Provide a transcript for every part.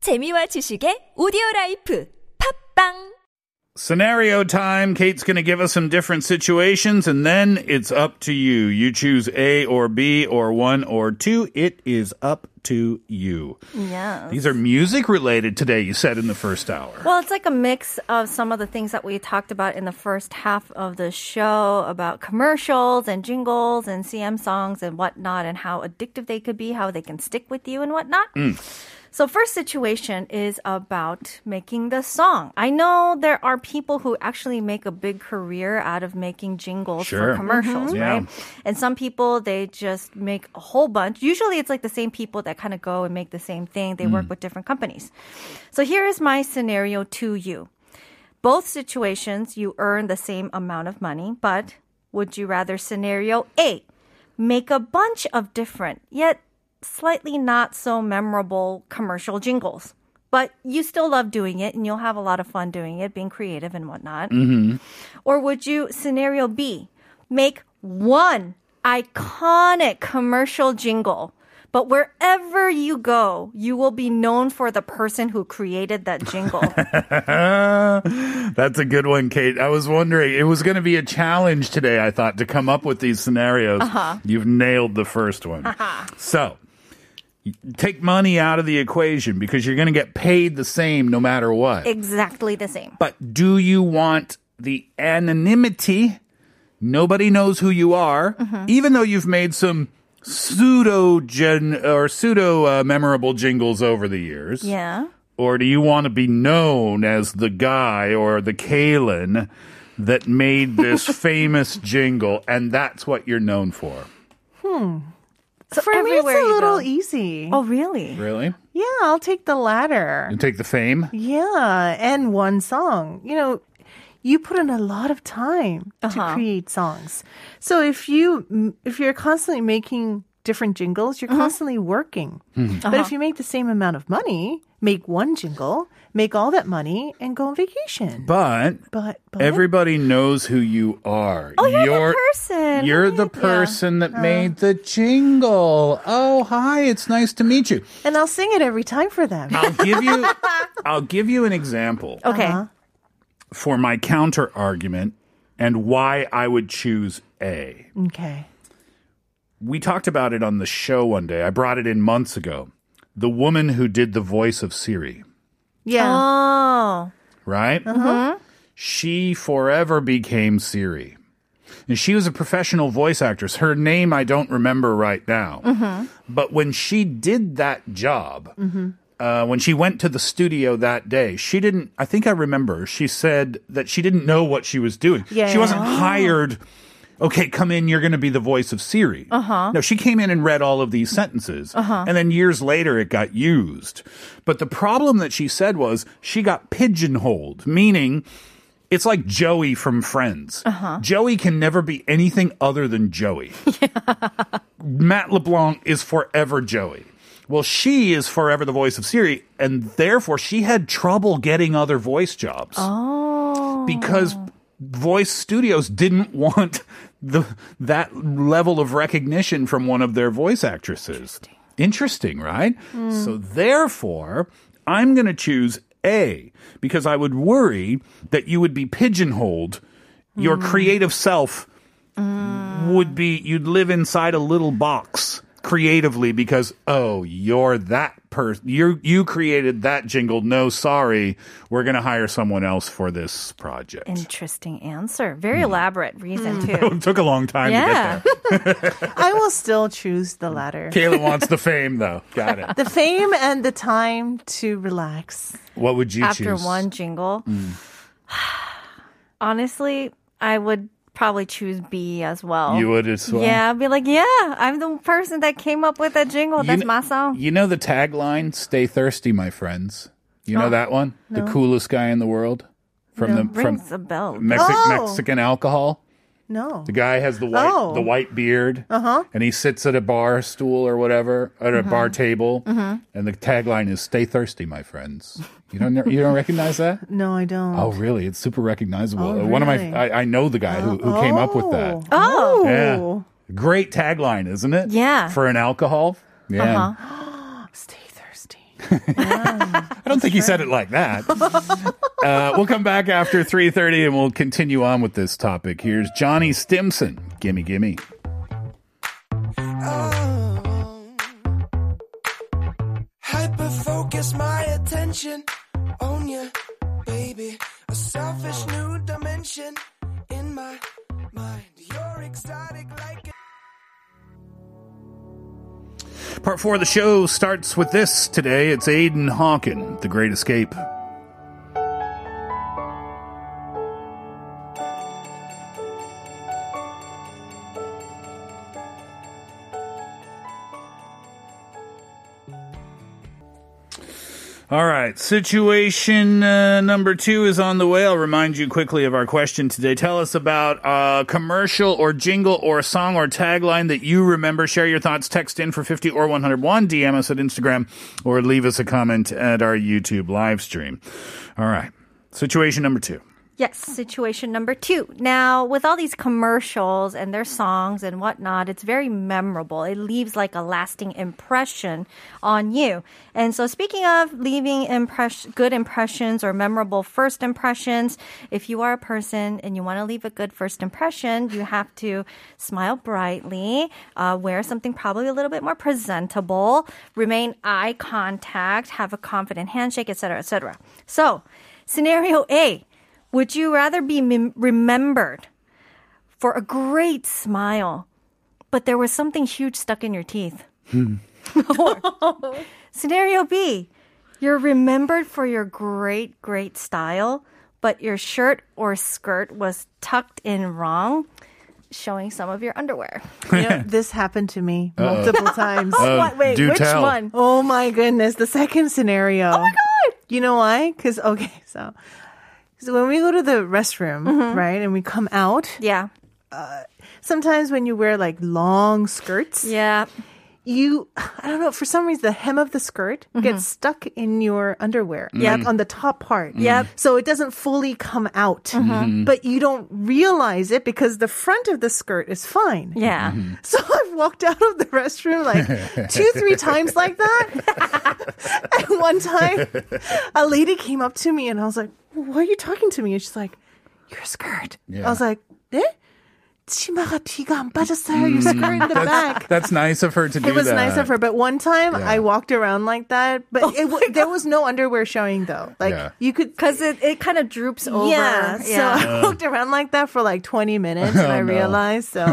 재미와 지식의 오디오 라이프 팝빵 Scenario time. Kate's going to give us some different situations, and then it's up to you. You choose A or B or one or two. It is up to you. Yeah. These are music related today, you said in the first hour. Well, it's like a mix of some of the things that we talked about in the first half of the show about commercials and jingles and CM songs and whatnot, and how addictive they could be, how they can stick with you and whatnot. So, first situation is about making the song. I know there are people who actually make a big career out of making jingles Sure. for commercials, Mhm. right? Yeah. And some people, they just make a whole bunch. Usually it's like the same people that kind of go and make the same thing. They Mm. work with different companies. So here is my scenario to you. Both situations, you earn the same amount of money, but would you rather scenario A, make a bunch of different, yet slightly not so memorable commercial jingles? But you still love doing it and you'll have a lot of fun doing it, being creative and whatnot. Or would you, scenario B, make one iconic commercial jingle? But wherever you go, you will be known for the person who created that jingle. That's a good one, Kate. I was wondering, it was going to be a challenge today, I thought, to come up with these scenarios. You've nailed the first one. So. Take money out of the equation because you're going to get paid the same no matter what. exactly the same. But do you want the anonymity? Nobody knows who you are, even though you've made some pseudo gen or pseudo uh, memorable jingles over the years. Yeah. Or do you want to be known as the guy or the Kalen that made this famous jingle, and that's what you're known for? So For me, it's everywhere a you little e- go. easy. Oh, Mm. really? Really? Yeah, I'll take the latter. And take the fame? Yeah, and one song. You know, you put in a lot of time to Uh-huh. create songs. So if you if you're constantly making different jingles, you're Mm-hmm. constantly working. Hmm. But Uh-huh. if you make the same amount of money, make one jingle, make all that money, and go on vacation. But But, but Everybody knows who you are. Oh, Oh. you're the person, You're the right? Yeah. person that made the jingle. Oh, hi! It's nice to meet you. and I'll sing it every time for them. I'll give you. I'll give you an example Okay. Uh-huh. for my counter argument and why I would choose A. Uh, Okay. We talked about it on the show one day. I brought it in months ago. The woman who did the voice of Siri, Yeah. Oh. right? Uh-huh. She forever became Siri. And she was a professional voice actress. Her name I don't remember right now. Mm-hmm. But when she did that job, uh, when she went to the studio that day, she didn't, I think I remember, she said that she didn't know what she was doing. She Yeah. wasn't hired. Okay, come in. You're going to be the voice of Siri. Uh huh. No, she came in and read all of these sentences. Uh-huh. And then years later, it got used. But the problem that she said was she got pigeonholed, meaning it's like Joey from Friends. Uh-huh. Joey can never be anything other than Joey. Matt LeBlanc is forever Joey. Well, she is forever the voice of Siri, and therefore she had trouble getting other voice jobs. Because voice studios didn't want the that level of recognition from one of their voice actresses. Interesting, right? So therefore, I'm going to choose A because I would worry that you would be pigeonholed your creative self would be you'd live inside a little box creatively because oh you're that person you you created that jingle no sorry we're going to hire someone else for this project Interesting answer. Very Mm. elaborate reason, too. it took a long time Yeah. to get I will still choose the latter. there Kayla wants the fame though got it The fame and the time to relax. what would you After choose one jingle. Mm. Honestly, I would probably choose B as well. you would as well Yeah, I'd be like, yeah, I'm the person that came up with that jingle. You That's kn- my song. you know the tagline stay thirsty my friends you know that one the coolest guy in the world from the from Rings a bell. Mexi- Oh. Mexican alcohol No. The guy has the white Oh. the white beard, uh-huh. and he sits at a bar stool or whatever at a Uh-huh. bar table, and the tagline is "Stay thirsty, my friends." You don't you don't recognize that? No, I don't. Oh, really? It's super recognizable. Uh, Oh, One of my really? I, I know the guy who, who came up with that. Oh. Yeah. Great tagline, isn't it? Yeah. Uh-huh. for an alcohol. Yeah, Stay thirsty. I don't think he said it like that. uh, we'll come back after 3.30 and we'll continue on with this topic. Here's Johnny Stimson. Gimme, gimme. Oh. Hyper focus my attention on you, baby. A selfish new dimension in my mind. You're exotic like a Part four of the show starts with this today. It's Aidan Hawken, The Great Escape. All right, situation uh, number two is on the way. I'll remind you quickly of our question today. Tell us about uh, commercial or jingle or song or tagline that you remember. Share your thoughts. Text in for 50 or 101. DM us at Instagram or leave us a comment at our YouTube live stream. All right, situation number two. Yes, situation number two. Now, with all these commercials and their songs and whatnot, it's very memorable. It leaves like a lasting impression on you. And so, speaking of leaving impress- good impressions or memorable first impressions, if you are a person and you want to leave a good first impression, you have to smile brightly, uh, wear something probably a little bit more presentable, remain eye contact, have a confident handshake, etc., etc. So, scenario A. Would you rather be mem- remembered for a great smile, but there was something huge stuck in your teeth? Or scenario B, you're remembered for your great, great style, but your shirt or skirt was tucked in wrong, showing some of your underwear. You know, this happened to me multiple times. what? Wait, Uh, do which tell. one? Oh my goodness, the second scenario. Oh my God! You know why? Because okay, so, so when we go to the restroom, Mm-hmm. right, and we come out, Yeah. sometimes when you wear like long skirts, Yeah. you I don't know for some reason the hem of the skirt Mm-hmm. gets stuck in your underwear. Yeah, on the top part. Mm. Yep. Mm-hmm. So it doesn't fully come out, but you don't realize it because the front of the skirt is fine. Yeah. So I've walked out of the restroom like two, three times like that. and one time, a lady came up to me and I was like, "Why are you talking to me?" And she's like, "Your skirt." Yeah. I was like, "Eh? 치마가 뒤가 안 빠졌어요. Mm. Your skirt in the back." That's nice of her to do It was that. nice of her, but one time Yeah. I walked around like that, but it w- there was no underwear showing though. Like Yeah. you could Because it, it kind of droops over. yeah, So Uh. I walked around like that for like 20 minutes Oh, and I realized so.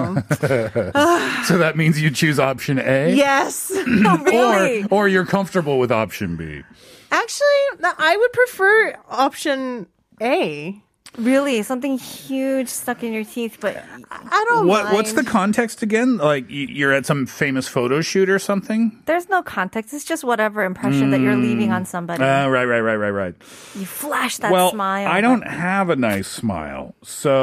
So that means you choose option A? yes. Or, or you're comfortable with option B. Actually, no, I would prefer option A. Really, something huge stuck in your teeth, but I don't What mind. What's the context again? Like y- you're at some famous photo shoot or something? there's no context. It's just whatever impression that you're leaving on somebody. Uh, right, right, right, right, right. you flash that well, smile. I don't have a nice smile, so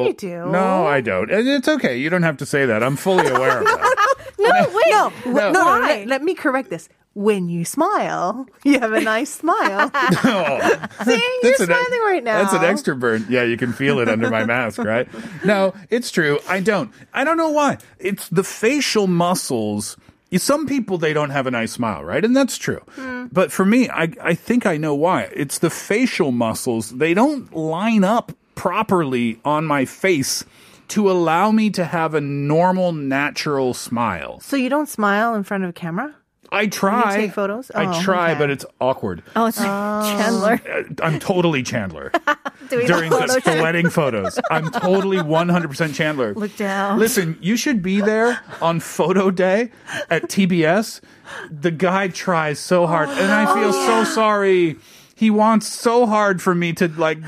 Yeah, you do. No, I don't. And It's okay. You don't have to say that. I'm fully aware of that. No, wait. No, No. no, no, no, Why? let, let me correct this. When you smile, you have a nice smile. Oh. See, you're an ex- smiling right now. That's an extra burn. Yeah, you can feel it under my mask, right? No, it's true. I don't. I don't know why. It's the facial muscles. You- Some people they don't have a nice smile, right? And that's true. Hmm. But for me, I I think I know why. It's the facial muscles. They don't line up properly on my face to allow me to have a normal, natural smile. So you don't smile in front of a camera? I try. take photos? I Oh, try, okay. but it's awkward. Oh, it's Chandler Uh, I'm totally Chandler. doing during the the, photo the wedding photos. I'm totally 100% Chandler. Look down. Listen, you should be there on photo day at TBS. The guy tries so hard, and I feel Oh, so sorry. He wants so hard for me to like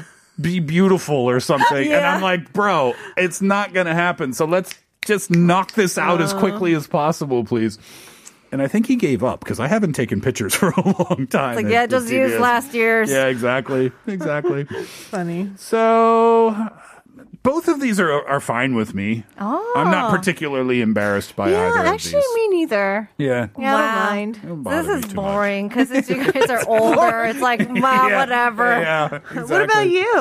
be beautiful or something, and Yeah. I'm like, bro, it's not gonna happen. So let's just knock this out Oh. as quickly as possible, please. And I think he gave up because I haven't taken pictures for a long time. Like, at- yeah, at just use TBS. last year's. Yeah, exactly, exactly. Funny. So both of these are are fine with me. I'm not particularly embarrassed by Ah. yeah, either actually, of these. me neither. yeah. Yeah, Wow. I don't mind. Don't bother This me is too much. boring because you guys are older. It's like, wow, Yeah, whatever. Yeah, exactly. What about you?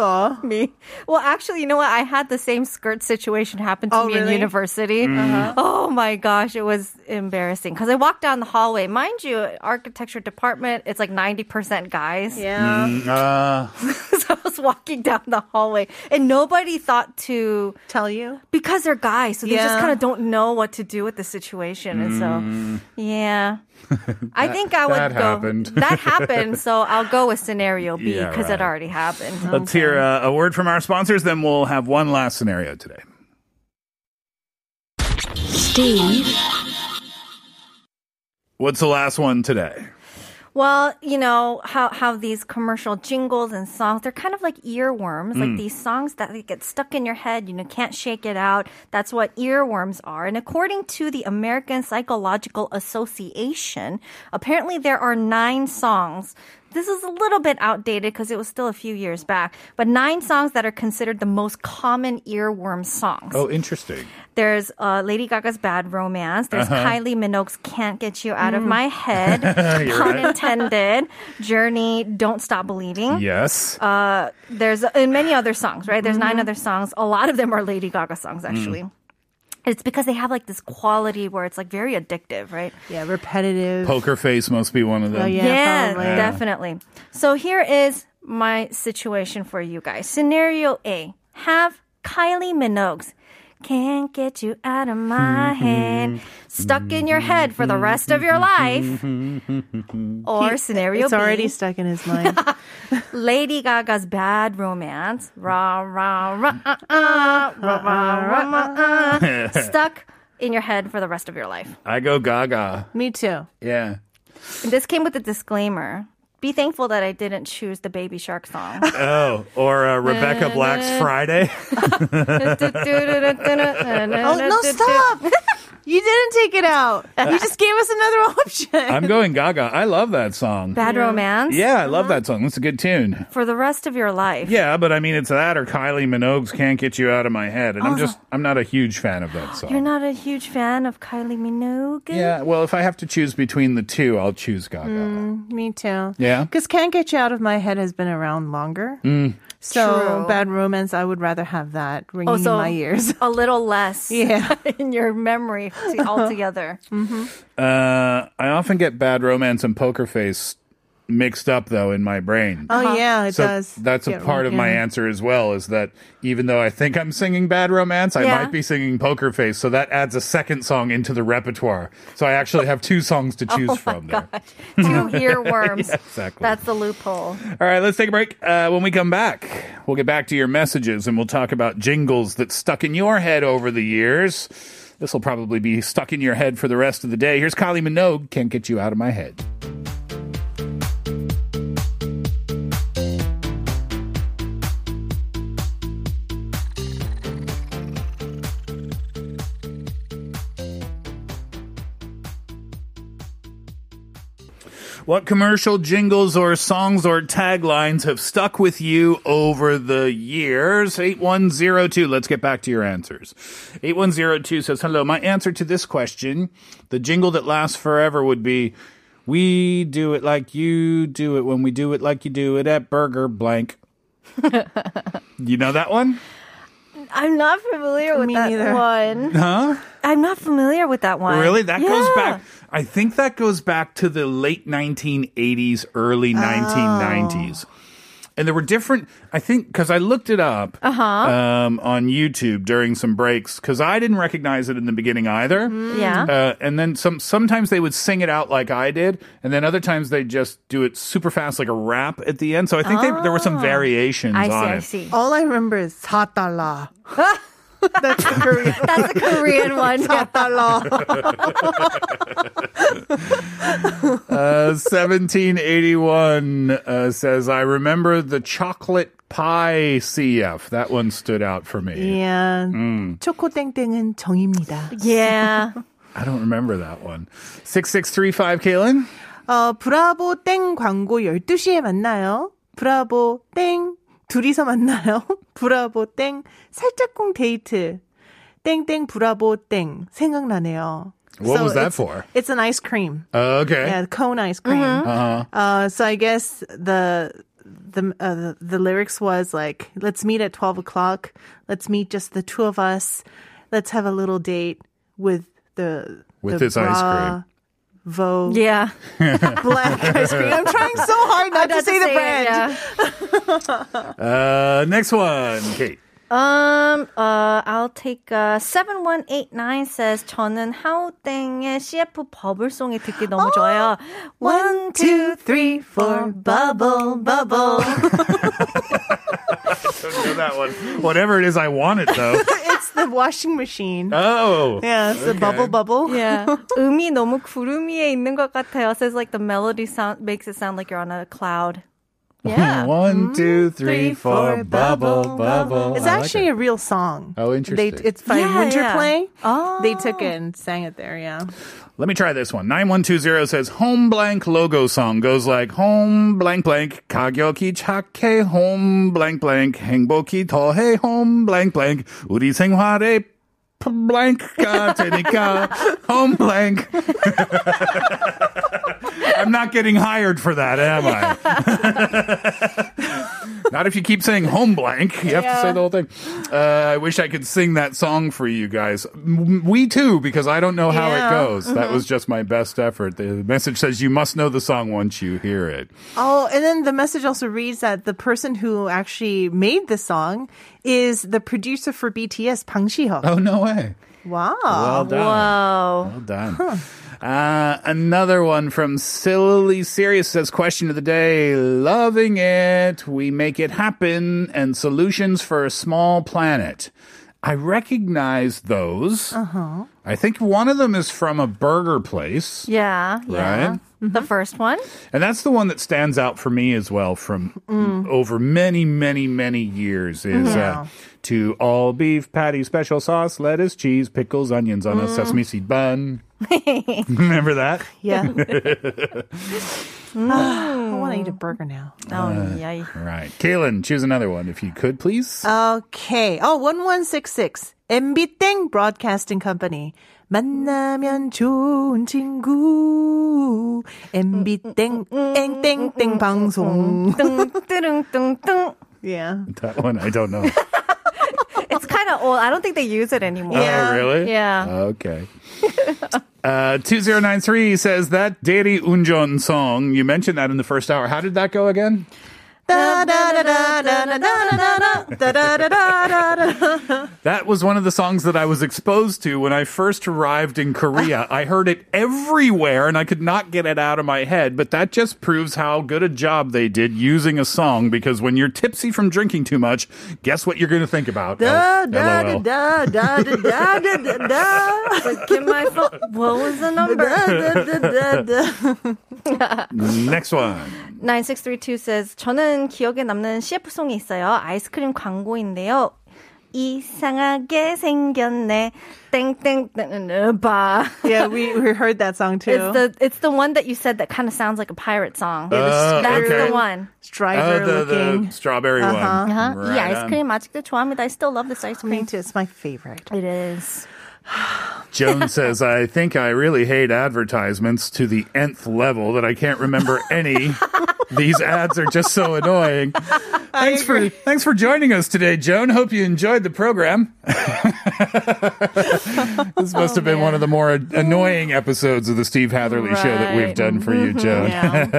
me. Well, actually, you know what? I had the same skirt situation happen to Oh, me in really? Uh-huh. university. Mm. Oh my gosh, it was embarrassing because I walked down the hallway. Mind you, architecture department, it's like 90% guys. Yeah. Uh, so I was walking down the hallway and nobody thought to, Tell you. because they're guys, so they just Yeah. kind of don't know what to do with the situation. And so, yeah. I think I would Mm. that go. happened. That happened. So I'll go with scenario B Yeah, because right. it already happened. let's hear uh, a word from our sponsors, then we'll have one last scenario today. Steve What's the last one today? Well, you know how how these commercial jingles and songs they're kind of like earworms, like these songs that like, get stuck in your head, you know, can't shake it out. That's what earworms are. And according to the American Psychological Association, apparently there are 9 songs this is a little bit outdated because it was still a few years back, but nine songs that are considered the most common earworm songs. Oh, interesting. There's uh, Lady Gaga's Bad Romance. There's Kylie Minogue's Can't Get You Out of My Head. Pun intended. Journey, Don't Stop Believing. Yes. Uh, There's uh, and many other songs, right? There's nine other songs. A lot of them are Lady Gaga songs, actually. It's because they have like this quality where it's like very addictive, right? Yeah, repetitive. Poker face must be one of them. Oh, yeah. probably. definitely. So here is my situation for you guys. Scenario A: Have Kylie Minogue's "Can't Get You Out of My Mm-hmm. Head" stuck in your head for the rest of your life, or scenario Mm-hmm. It's already B: stuck in his mind. Lady Gaga's "Bad Romance" rah rah rah uh, uh, rah rah rah uh, uh, stuck in your head for the rest of your life. I go gaga. Me too. Yeah. And this came with a disclaimer. Be thankful that I didn't choose the Baby Shark song. Oh, or uh, Rebecca Black's Friday. Oh, no, no, stop! you didn't take it out. You just gave us another option. I'm going gaga. I love that song. Bad romance Yeah, I love that song. That's a good tune. for the rest of your life. Yeah, but I mean, it's that or Kylie Minogue's "Can't Get You Out of My Head," and I'm just I'm not a huge fan of that song. Uh-huh. You're not a huge fan of Kylie Minogue? Yeah, well, if I have to choose between the two, I'll choose Gaga. Mm. Me too. Yeah. Mm. Because Can't Get You Out of My Head has been around longer. so, True. Bad Romance, I would rather have that ringing in my ears. Oh, a little less Yeah. in your memory to- altogether. Uh, I often get Bad Romance and Poker Face mixed up though in my brain. Oh, yeah, it so does. that's a get part of my ringing. answer as well is that even though I think I'm singing Bad Romance, I Yeah. might be singing Poker Face, so that adds a second song into the repertoire. So I actually have two songs Oh to choose from there. Two earworms. exactly. That's the loophole. All right, let's take a break. Uh, when we come back, we'll get back to your messages and we'll talk about jingles that stuck in your head over the years. This will probably be stuck in your head for the rest of the day. Here's Kylie Minogue, Can't Get You Out of My Head. What commercial jingles or songs or taglines have stuck with you over the years? 8102. Let's get back to your answers. 8102 says, Hello, my answer to this question, the jingle that lasts forever would be, We do it like you do it when we do it like you do it at Burger Blank. you know that one? I'm not familiar with Me that neither. one. Huh? I'm not familiar with that one. Really? That goes Yeah. back. I think that goes back to the late 1980s, early Oh. 1990s. And there were different, I think, because I looked it up Uh-huh. um, on YouTube during some breaks because I didn't recognize it in the beginning either. Uh, Yeah. and then some. Sometimes they would sing it out like I did, and then other times they just do it super fast, like a rap at the end. So I think they, there were some variations Oh. on I see, I it. see. All I remember is Tatala. That's the Korean. That's the Korean one. Yeah. Tatala. Uh, 1781 uh, says, I remember the chocolate pie CF. That one stood out for me. Yeah. Mm. 초코땡땡은 정입니다. yeah. I don't remember that one. 6635, Kaylin? 어, 브라보 땡 광고 12시에 만나요. 브라보 땡 둘이서 만나요. 브라보 땡 살짝꿍 데이트 땡땡 브라보 땡 생각나네요. What was that it's- for? It's an ice cream. Okay. Yeah, cone ice cream. Uh-huh. Uh, so I guess the the, uh, the the lyrics was like, "Let's meet at twelve o'clock. Let's meet just the two of us. Let's have a little date with the With the this ice cream. Vo Yeah. black ice cream. I'm trying so hard not to say the brand. yeah. Uh, next one, Kate. Um, uh, I'll take uh, 7189 says 저는 하우땡의 CF 버블송이 듣기 너무 좋아요. Oh, One, two, three, four, bubble, bubble. Don't know that one. Whatever it is, I want it though. It's the washing machine. oh. yeah, it's the bubble bubble. yeah. 음이 너무 구름 위에 있는 것 같아요. Says like the melody sound makes it sound like you're on a cloud. Yeah. One, two, three, four, bubble, bubble. It's I like actually it. a real song. Oh, interesting. They, it's by Yeah, Winter yeah. Play. Oh. They took it and sang it there. Yeah. Let me try this one. 9120 says, Home blank logo song goes like, Home blank blank, 가격이 착해, home blank blank, 행복이 더해, home blank blank, 우리 생활에 blank가 되니까, home blank. I'm not getting hired for that, am I? not if you keep saying home blank. You have to say the whole thing. Uh, I wish I could sing that song for you guys. M- We too, because I don't know how Yeah. it goes. That was just my best effort. The message says you must know the song once you hear it. Oh, and then the message also reads that the person who actually made the song is the producer for BTS, Bang Shihub. Oh, no way. Wow. Well done. Wow. Well done. Uh, another one from Silly Serious says, Question of the day Loving it. We make it happen and solutions for a small planet. I recognize those. Uh-huh. I think one of them is from a burger place. Yeah. yeah. Right. The first one. And that's the one that stands out for me as well from Mm. over many, many, many years is Mm-hmm. uh, to all beef patty, special sauce, lettuce, cheese, pickles, onions on a Mm. sesame seed bun. Remember that? Yeah. Ah, I want to eat a burger now. Mm. Oh, yeah. All right. Kaylin, choose another one if you could, please. Uh, Okay. Oh, 1166. MB Thing Broadcasting Company. 만나면 좋은 친구. MB 땡, 땡땡땡 방송. 뚱뚱뚱뚱. Yeah. that one, I don't know. It's kind of old. I don't think they use it anymore. Oh, really? Yeah. Okay. Uh, 2093 says that Deri Unjon song, you mentioned that in the first hour. How did that go again? Da-da-da-da-da-da-da-da-da-da-da-da-da-da. That was one of the songs that I was exposed to when I first arrived in Korea. I heard it everywhere and I could not get it out of my head, but that just proves how good a job they did using a song because when you're tipsy from drinking too much, guess what you're going to think about? Da, da, LOL. da, da, da, da, da, da, da. But give my phone. What was the number? Da, da, da, da, da. Next one. 9632 says 저는 기억에 남는 CF송이 있어요. 아이스크림 광고인데요. 이상하게 생겼네. 땡땡땡 봐. Yeah, we, we heard that song too. It's the it's the one that you said that kind of sounds like a pirate song. Uh, That's okay. the one. Oh, Strider the, the looking. strawberry one. Uh-huh. Uh, 이 Right on. 아이스크림 아직도 좋아합니다. I still love this ice Me cream. too. It's my favorite. It is. Joan says, I think I really hate advertisements to the nth level that I can't remember any. These ads are just so annoying. Thanks for thanks for joining us today, Joan. Hope you enjoyed the program. this must have been one of the more a- annoying episodes of the Steve Hatherley show that we've Right. done for you, Joan. Yeah.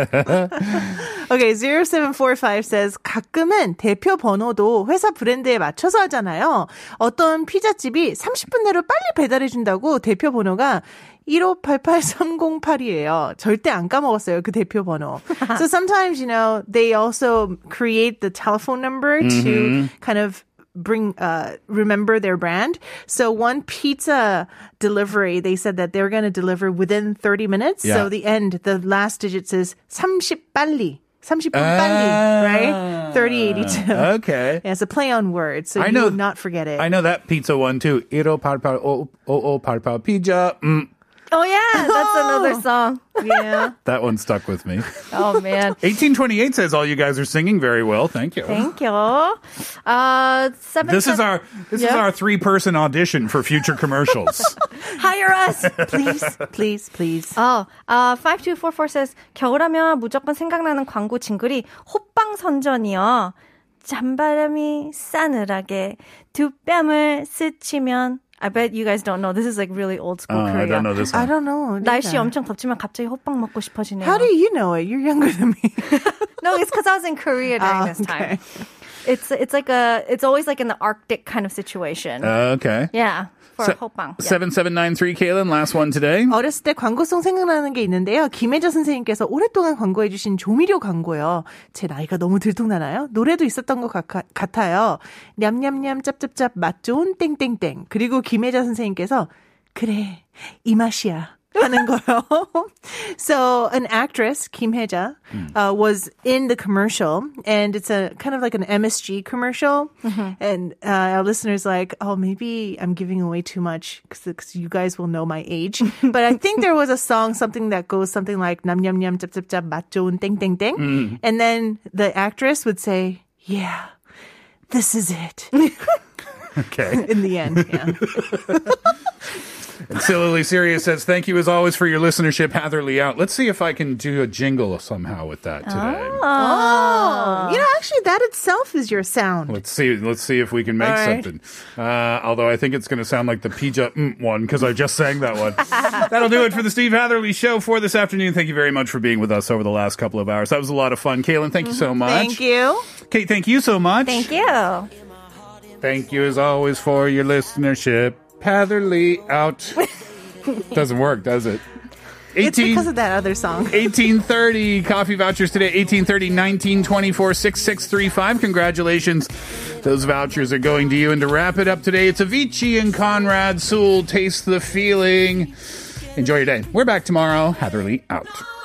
okay, 0745 says 가끔은 대표 번호도 회사 브랜드에 맞춰서 하잖아요. 어떤 피자집이 30분 내로 빨리 배달해 준다고 대표 번호가 1588308이에요. 절대 안 까먹었어요. 그 대표 번호. so sometimes, you know, they also create the telephone number to kind of bring uh remember their brand so one pizza delivery they said that they're going to deliver within 30 minutes Yeah. so the end the last digit says 30 빨리 30분 Ah. 빨리 right 3082 Okay. yeah, it's a play on words so 아. I you know- would not forget it I know that pizza one too. 1588 pizza. Mm. Oh yeah, that's another song. Yeah. That one stuck with me. Oh man. 1828 says all you guys are singing very well. Thank you. Thank you. Uh, seven. This is our this is Yeah. our three person audition for future commercials. hire us, please. please, please. 어, 아, 5244 says 겨울하면 무조건 생각나는 광고 징글이 호빵 선전이요. 잠바람이 싸늘하게 두 뺨을 스치면 I bet you guys don't know. This is like really Uh, old school I Korea. don't know this. Oh, I one. don't know. 날씨 neither. 엄청 덥지만 갑자기 호빵 먹고 싶어지네요. How do you know it? You're younger than me. No, it's because I was in Korea during Ah, this time. okay. It's it's like a it's always like in the Arctic kind of situation. Uh, okay. yeah, for Se- 호빵. Yeah. 7793 Kalen, last one today. 어렸을 때 광고송 생각나는 게 있는데요. 김혜자 선생님께서 오랫동안 광고해주신 조미료 광고요. 제 나이가 너무 들통나나요? 노래도 있었던 것 같- 같아요. 냠냠냠 짭짭짭 맛 좋은 땡땡땡. 그리고 김혜자 선생님께서 그래 이 맛이야. 하는 거요. so an actress Kim Heja uh, was in the commercial, and it's a kind of like an MSG commercial. And uh, our listeners like, oh, maybe I'm giving away too much because you guys will know my age. but I think there was a song, something that goes something like "nam yum yum tap tap tap 맛 좋은 땡땡땡," and then the actress would say, "Yeah, this is it." Okay. in the end, yeah. And Sillily Serious says, Thank you as always for your listenership, Hatherly out. Let's see if I can do a jingle somehow with that today. Ah. oh, you know, actually, that itself is your sound. Let's see. Let's see if we can make All right. something. Uh, although I think it's going to sound like the Pija mm one because I just sang that one. That'll do it for the Steve Hatherley Show for this afternoon. Thank you very much for being with us over the last couple of hours. That was a lot of fun. Kaylin, thank you so much. Mm-hmm. Thank you. Kate, thank you so much. Thank you. Thank you as always for your listenership. Hatherley out. Doesn't work, does it? 18- It's because of that other song. 1830 coffee vouchers today 1830 1924 6635 congratulations those vouchers are going to you and to wrap it up today it's avicii and conrad sewell taste the feeling enjoy your day we're back tomorrow hatherly out Oh,